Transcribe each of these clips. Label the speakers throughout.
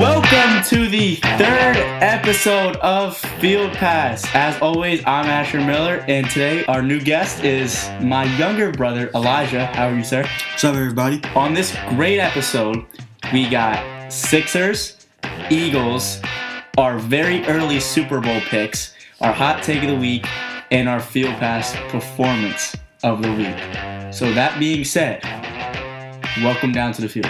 Speaker 1: Welcome to the third episode of Field Pass. As always, I'm Asher Miller, and today our new guest is my younger brother, Elijah. How are you, sir?
Speaker 2: What's up, everybody?
Speaker 1: On this great episode, we got Sixers, Eagles, our very early Super Bowl picks, our hot take of the week, and our Field Pass performance of the week. So, that being said, welcome down to the field.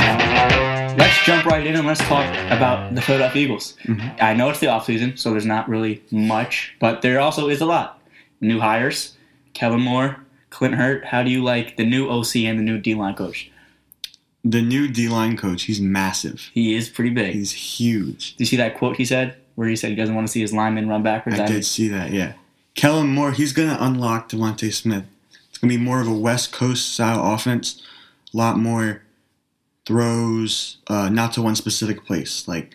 Speaker 1: Let's jump right in and let's talk about the Philadelphia Eagles.
Speaker 2: Mm-hmm.
Speaker 1: I know it's the offseason, so there's not really much, but there also is a lot. New hires, Kevin Moore, Clint Hurt. How do you like the new OC and the new D line coach?
Speaker 2: The new D line coach, he's massive.
Speaker 1: He is pretty big. Did
Speaker 2: He's huge.
Speaker 1: you see that quote he said where he said he doesn't want to see his linemen run backwards?
Speaker 2: I did see that, yeah. Kellen Moore, he's going to unlock Devontae Smith. It's going to be more of a West Coast style offense, a lot more throws, uh, not to one specific place, like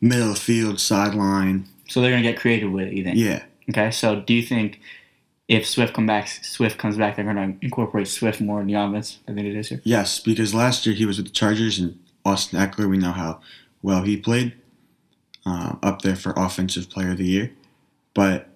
Speaker 2: middle of field, sideline.
Speaker 1: So they're gonna get creative with it. You think?
Speaker 2: Yeah,
Speaker 1: Okay. So do you think if Swift come back, Swift comes back, they're gonna incorporate Swift more in the offense than they did this year?
Speaker 2: yes, because last year he was with the Chargers and Austin Eckler, we know how well he played, uh, up there for Offensive Player of the Year. But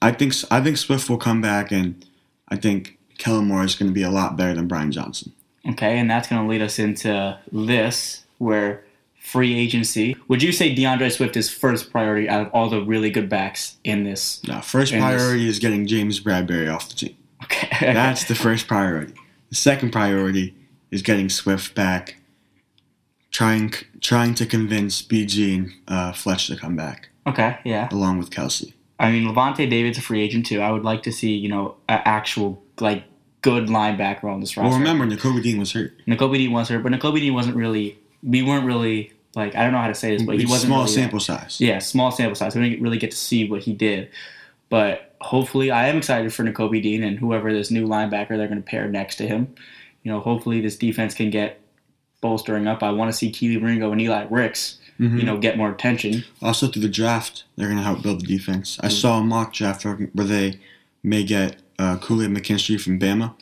Speaker 2: I think I think Swift will come back, and I think Kellen Moore is going to be a lot better than Brian Johnson.
Speaker 1: Okay, and that's going to lead us into this, where free agency. Would you say DeAndre Swift is first priority out of all the really good backs in this?
Speaker 2: Now, first
Speaker 1: And this-
Speaker 2: priority is getting James Bradbury off the team.
Speaker 1: Okay,
Speaker 2: That's the first priority. The second priority is getting Swift back. Trying trying to convince BG and uh, Fletch to come back
Speaker 1: okay, yeah.
Speaker 2: along with Kelsey.
Speaker 1: I mean, Levante David's a free agent too. I would like to see you know an actual like good linebacker on this roster.
Speaker 2: Well, remember, Nicobe Dean was hurt.
Speaker 1: Nicole Dean was hurt, but Nicole Dean wasn't really. We weren't really like I don't know how to say this, but he
Speaker 2: It's
Speaker 1: wasn't
Speaker 2: small
Speaker 1: really-
Speaker 2: sample size.
Speaker 1: Yeah, small sample size. We didn't really get to see what he did. But hopefully, I am excited for N'Kobe Dean and whoever this new linebacker they're going to pair next to him. You know, hopefully this defense can get bolstering up. I want to see Keely Ringo and Eli Ricks,
Speaker 2: Mhm.
Speaker 1: you know, get more attention.
Speaker 2: Also, through the draft, they're going to help build the defense.
Speaker 1: Mm-hmm.
Speaker 2: I saw a mock draft where where they may get uh, Kool-Aid McKinstry from Bama.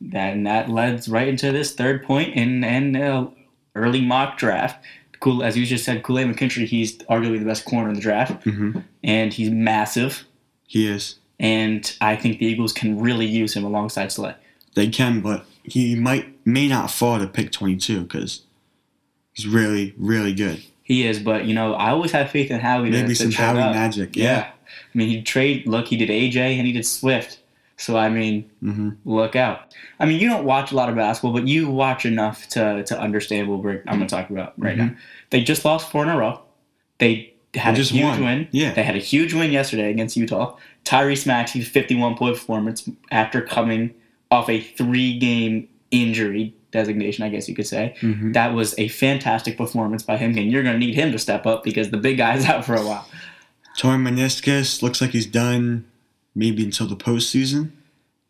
Speaker 1: That, and that leads right into this third point in an uh, early mock draft. Cool, as you just said, Kool-Aid McKinstry, he's arguably the best corner in the draft,
Speaker 2: Mm-hmm.
Speaker 1: and he's massive.
Speaker 2: He is.
Speaker 1: And I think the Eagles can really use him alongside Slay.
Speaker 2: They can, but he might may not fall to pick 22 because he's really, really good.
Speaker 1: He is, but you know, I always have faith in Howie. to-
Speaker 2: Maybe
Speaker 1: to
Speaker 2: some
Speaker 1: turn
Speaker 2: Howie
Speaker 1: up.
Speaker 2: magic.
Speaker 1: Yeah.
Speaker 2: Yeah.
Speaker 1: I mean, he trade. Look, he did AJ and he did Swift. So I mean,
Speaker 2: hmm
Speaker 1: look out. I mean, you don't watch a lot of basketball, but you watch enough to to understand what we're, I'm going to talk about right now. They just lost four in a row. They had
Speaker 2: Mm-hmm. They just
Speaker 1: a huge
Speaker 2: won.
Speaker 1: win.
Speaker 2: Yeah.
Speaker 1: They had a huge win yesterday against Utah. Tyrese Maxey's 51 point performance after coming off a three game injury designation, I guess you could say.
Speaker 2: Mhm.
Speaker 1: That was a fantastic performance by him, and you're going to need him to step up because the big guy's out for a while.
Speaker 2: Torn meniscus looks like he's done maybe until the postseason,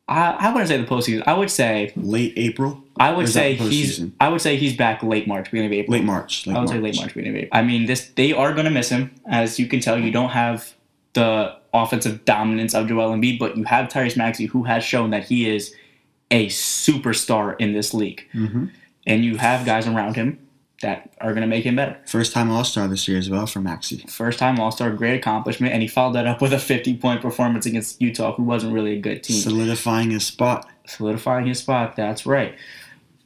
Speaker 1: I, I wouldn't say the postseason. I would say
Speaker 2: late April,
Speaker 1: I would
Speaker 2: Or is
Speaker 1: say
Speaker 2: that
Speaker 1: he's
Speaker 2: postseason?
Speaker 1: I would say he's back late March, beginning of April.
Speaker 2: late March. Late
Speaker 1: I would
Speaker 2: March.
Speaker 1: say late March, beginning of April. I mean, this they are going to miss him, as you can tell. You don't have the offensive dominance of Joel Embiid, but you have Tyrese Maxey, who has shown that he is a superstar in this league,
Speaker 2: hmm
Speaker 1: and you have guys around him that are going to make him better.
Speaker 2: First time All Star this year as well for Maxi.
Speaker 1: First time All Star, great accomplishment, and he followed that up with a 50 point performance against Utah, who wasn't really a good team.
Speaker 2: Solidifying his spot.
Speaker 1: solidifying his spot. That's right.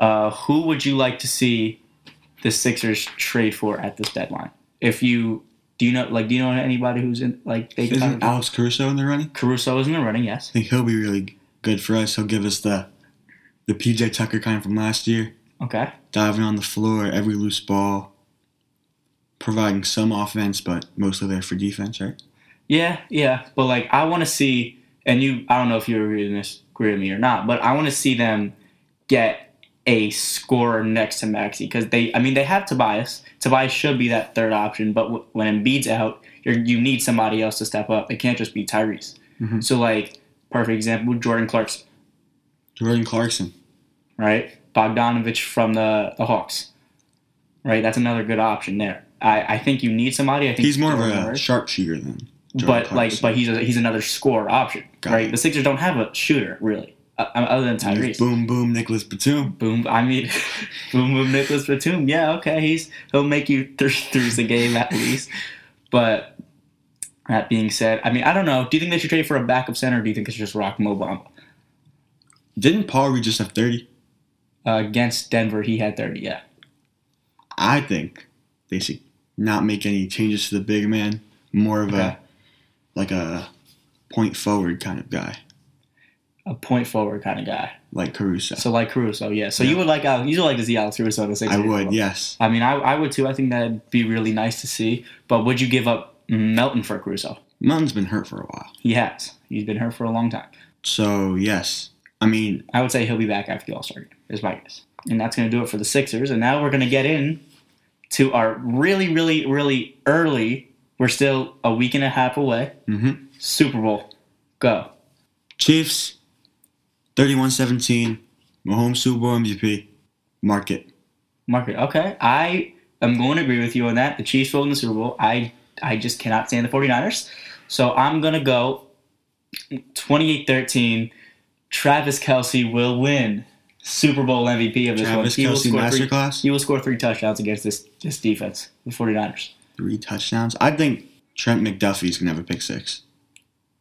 Speaker 1: Uh, who would you like to see the Sixers trade for at this deadline? If you do you know like do you know anybody who's in like they
Speaker 2: Isn't Alex Caruso in the running?
Speaker 1: Caruso is in the running?
Speaker 2: I
Speaker 1: Yes.
Speaker 2: think he'll be really good for us. He'll give us the the PJ Tucker kind from last year,
Speaker 1: Okay.
Speaker 2: diving on the floor, every loose ball, providing some offense, but mostly there for defense, right?
Speaker 1: Yeah, yeah. But like I want to see, and you, I don't know if you agree with this, agree with me or not, but I want to see them get a scorer next to Maxi because they, I mean, they have Tobias. Tobias should be that third option, but w- when Embiid's out, you're, you need somebody else to step up. It can't just be Tyrese.
Speaker 2: Mhm.
Speaker 1: So like perfect example, Jordan Clarkson,
Speaker 2: Jordan Clarkson.
Speaker 1: right? Bogdanovich from the the Hawks, right? That's another good option there. I, I think you need somebody. I think
Speaker 2: He's more of
Speaker 1: Jordan
Speaker 2: a
Speaker 1: Howard.
Speaker 2: sharpshooter than.
Speaker 1: but
Speaker 2: Jordan
Speaker 1: like,
Speaker 2: Clarkson.
Speaker 1: but he's a, he's another score option,
Speaker 2: Got
Speaker 1: right?
Speaker 2: it.
Speaker 1: The Sixers don't have a shooter really, uh, other than
Speaker 2: There's
Speaker 1: Tyrese.
Speaker 2: boom boom Nicholas Batum.
Speaker 1: Boom! I mean, boom! Boom! Nicholas Batum. Yeah, okay, he's he'll make you three threes a game at least. But that being said, I mean, I don't know. Do you think they should trade for a backup center? or Do you think it's just Rock Mobamba
Speaker 2: Didn't Paul Reed just have thirty?
Speaker 1: uh, against Denver? He had thirty. Yeah,
Speaker 2: I think they should not make any changes to the big man. More of
Speaker 1: Okay.
Speaker 2: a like a point forward kind of guy,
Speaker 1: a point forward kind of guy.
Speaker 2: like Caruso.
Speaker 1: So like Caruso, yeah. So you
Speaker 2: Yeah.
Speaker 1: would like Al, you would like to see Alex Caruso in the Sixers.
Speaker 2: I would, yes.
Speaker 1: I mean, I, I would too. I think that'd be really nice to see. But would you give up Melton for Caruso?
Speaker 2: Melton's been hurt for a while,
Speaker 1: He has. He's been hurt for a long time.
Speaker 2: so yes. I mean,
Speaker 1: I would say he'll be back after the All Star game, is my guess. And that's going to do it for the Sixers. And now we're going to get in to our really, really, really early, we're still a week and a half away,
Speaker 2: hmm
Speaker 1: Super Bowl. Go.
Speaker 2: Chiefs, 31-17, Mahomes Super Bowl MVP. Mark it.
Speaker 1: Market. Okay. I am going to agree with you on that. The Chiefs will win the Super Bowl. I, I just cannot stand the 49ers. So I'm going to go 28 13. Travis Kelsey will win Super Bowl MVP of this one.
Speaker 2: Travis
Speaker 1: He will
Speaker 2: Kelsey
Speaker 1: score three-
Speaker 2: masterclass,
Speaker 1: He will score three touchdowns against this, this defense, the 49ers.
Speaker 2: three touchdowns. I think Trent McDuffie's gonna have a pick six.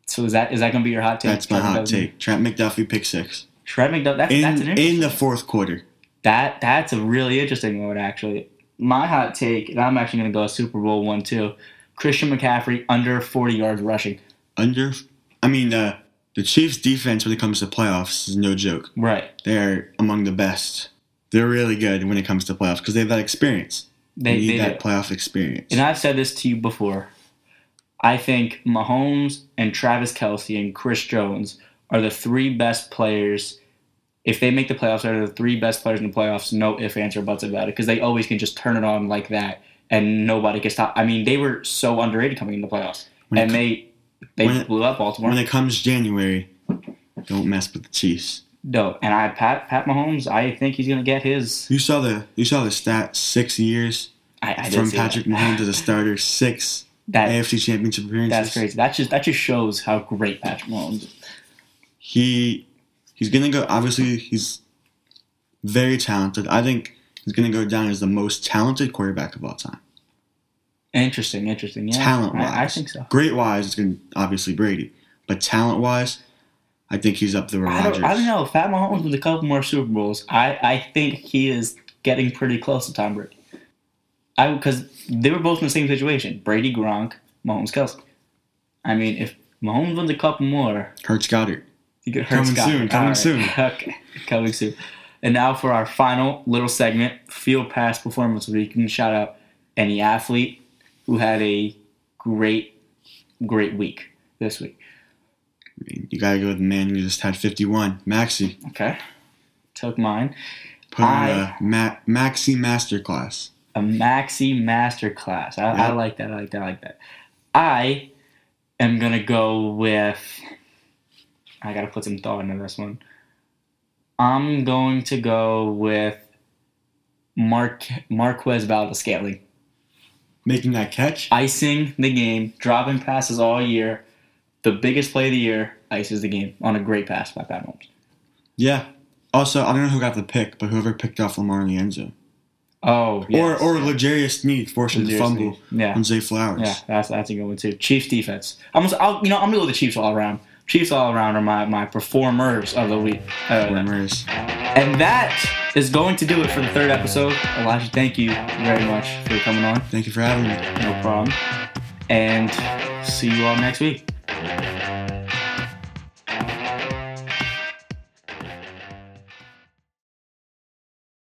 Speaker 1: So is that is that going to be your hot take?
Speaker 2: That's my
Speaker 1: Trent
Speaker 2: hot
Speaker 1: McDuffie?
Speaker 2: take. Trent McDuffie pick six
Speaker 1: Trent McDuffie. That's, that's an
Speaker 2: in
Speaker 1: interesting.
Speaker 2: in the fourth quarter.
Speaker 1: that that's a really interesting one actually. My hot take, and I'm actually going to go Super Bowl one too. Christian McCaffrey under 40 yards rushing.
Speaker 2: under. I mean, uh, the Chiefs' defense when it comes to playoffs is no joke.
Speaker 1: Right.
Speaker 2: They're among the best. They're really good when it comes to playoffs because they have that experience. They,
Speaker 1: They,
Speaker 2: need
Speaker 1: they
Speaker 2: that
Speaker 1: do.
Speaker 2: playoff experience.
Speaker 1: And I've said this to you before. I think Mahomes and Travis Kelsey and Chris Jones are the three best players. If they make the playoffs, they're the three best players in the playoffs. No ifs, ands, or buts about it because they always can just turn it on like that and nobody can stop. I mean, they were so underrated coming into the playoffs,
Speaker 2: When it
Speaker 1: and
Speaker 2: co-
Speaker 1: they they
Speaker 2: when it-
Speaker 1: blew up Baltimore.
Speaker 2: when it comes January, don't mess with the Chiefs.
Speaker 1: no, and I Pat Pat Mahomes. I think he's gonna get his.
Speaker 2: You saw the you saw the stat six years
Speaker 1: I, I did
Speaker 2: from
Speaker 1: see that.
Speaker 2: Patrick Mahomes as a starter, six
Speaker 1: That-
Speaker 2: AFC Championship appearances.
Speaker 1: that's crazy. That just that just shows how great Patrick Mahomes is.
Speaker 2: He he's gonna go. Obviously, he's very talented. I think he's gonna go down as the most talented quarterback of all time.
Speaker 1: Interesting, interesting. Yeah,
Speaker 2: talent wise.
Speaker 1: I, I think so.
Speaker 2: Great wise, it's going to obviously Brady, but talent wise, I think he's up there with
Speaker 1: I
Speaker 2: Rodgers.
Speaker 1: don't, I don't know. Fat Mahomes with a couple more Super Bowls, I, I think he is getting pretty close to Tom Brady. I because they were both in the same situation: Brady, Gronk, Mahomes, Kelsey. I mean, if Mahomes wins a couple more,
Speaker 2: Hurts Goddard.
Speaker 1: he could hurt
Speaker 2: Coming
Speaker 1: Scott.
Speaker 2: soon, coming
Speaker 1: Alright.
Speaker 2: soon.
Speaker 1: okay, coming soon. And now for our final little segment: field pass performance. We can shout out any athlete who had a great, great week this week.
Speaker 2: I mean, you got to go with the man who just had 51, Maxi.
Speaker 1: Okay, took mine.
Speaker 2: Put on
Speaker 1: I-
Speaker 2: a Ma- Maxi masterclass.
Speaker 1: a maxi masterclass. I, I
Speaker 2: Yep.
Speaker 1: like that. I like that. I like that. I am gonna go with. I gotta put some thought into this one. I'm going to go with Mark Marquez Valdez Scantling
Speaker 2: Making that catch.
Speaker 1: icing the game, dropping passes all year. The biggest play of the year ices the game on a great pass by Pat Mahomes.
Speaker 2: Yeah. Also, I don't know who got the pick, but whoever picked off Lamar in the end zone.
Speaker 1: Oh, yes.
Speaker 2: Or, or Legarius Sneed forcing the
Speaker 1: Legarius
Speaker 2: fumble
Speaker 1: Sneed. Yeah.
Speaker 2: on Zay Flowers.
Speaker 1: Yeah, that's that's a good one too. Chiefs defense. I'm gonna, I'll, you know I'm gonna go with the Chiefs all around. Chiefs all around are my, my performers of the week. Uh,
Speaker 2: Rumors.
Speaker 1: and that is going to do it for the third episode. Elijah, thank you very much for coming on.
Speaker 2: Thank you for having me.
Speaker 1: No problem. And see you all next week.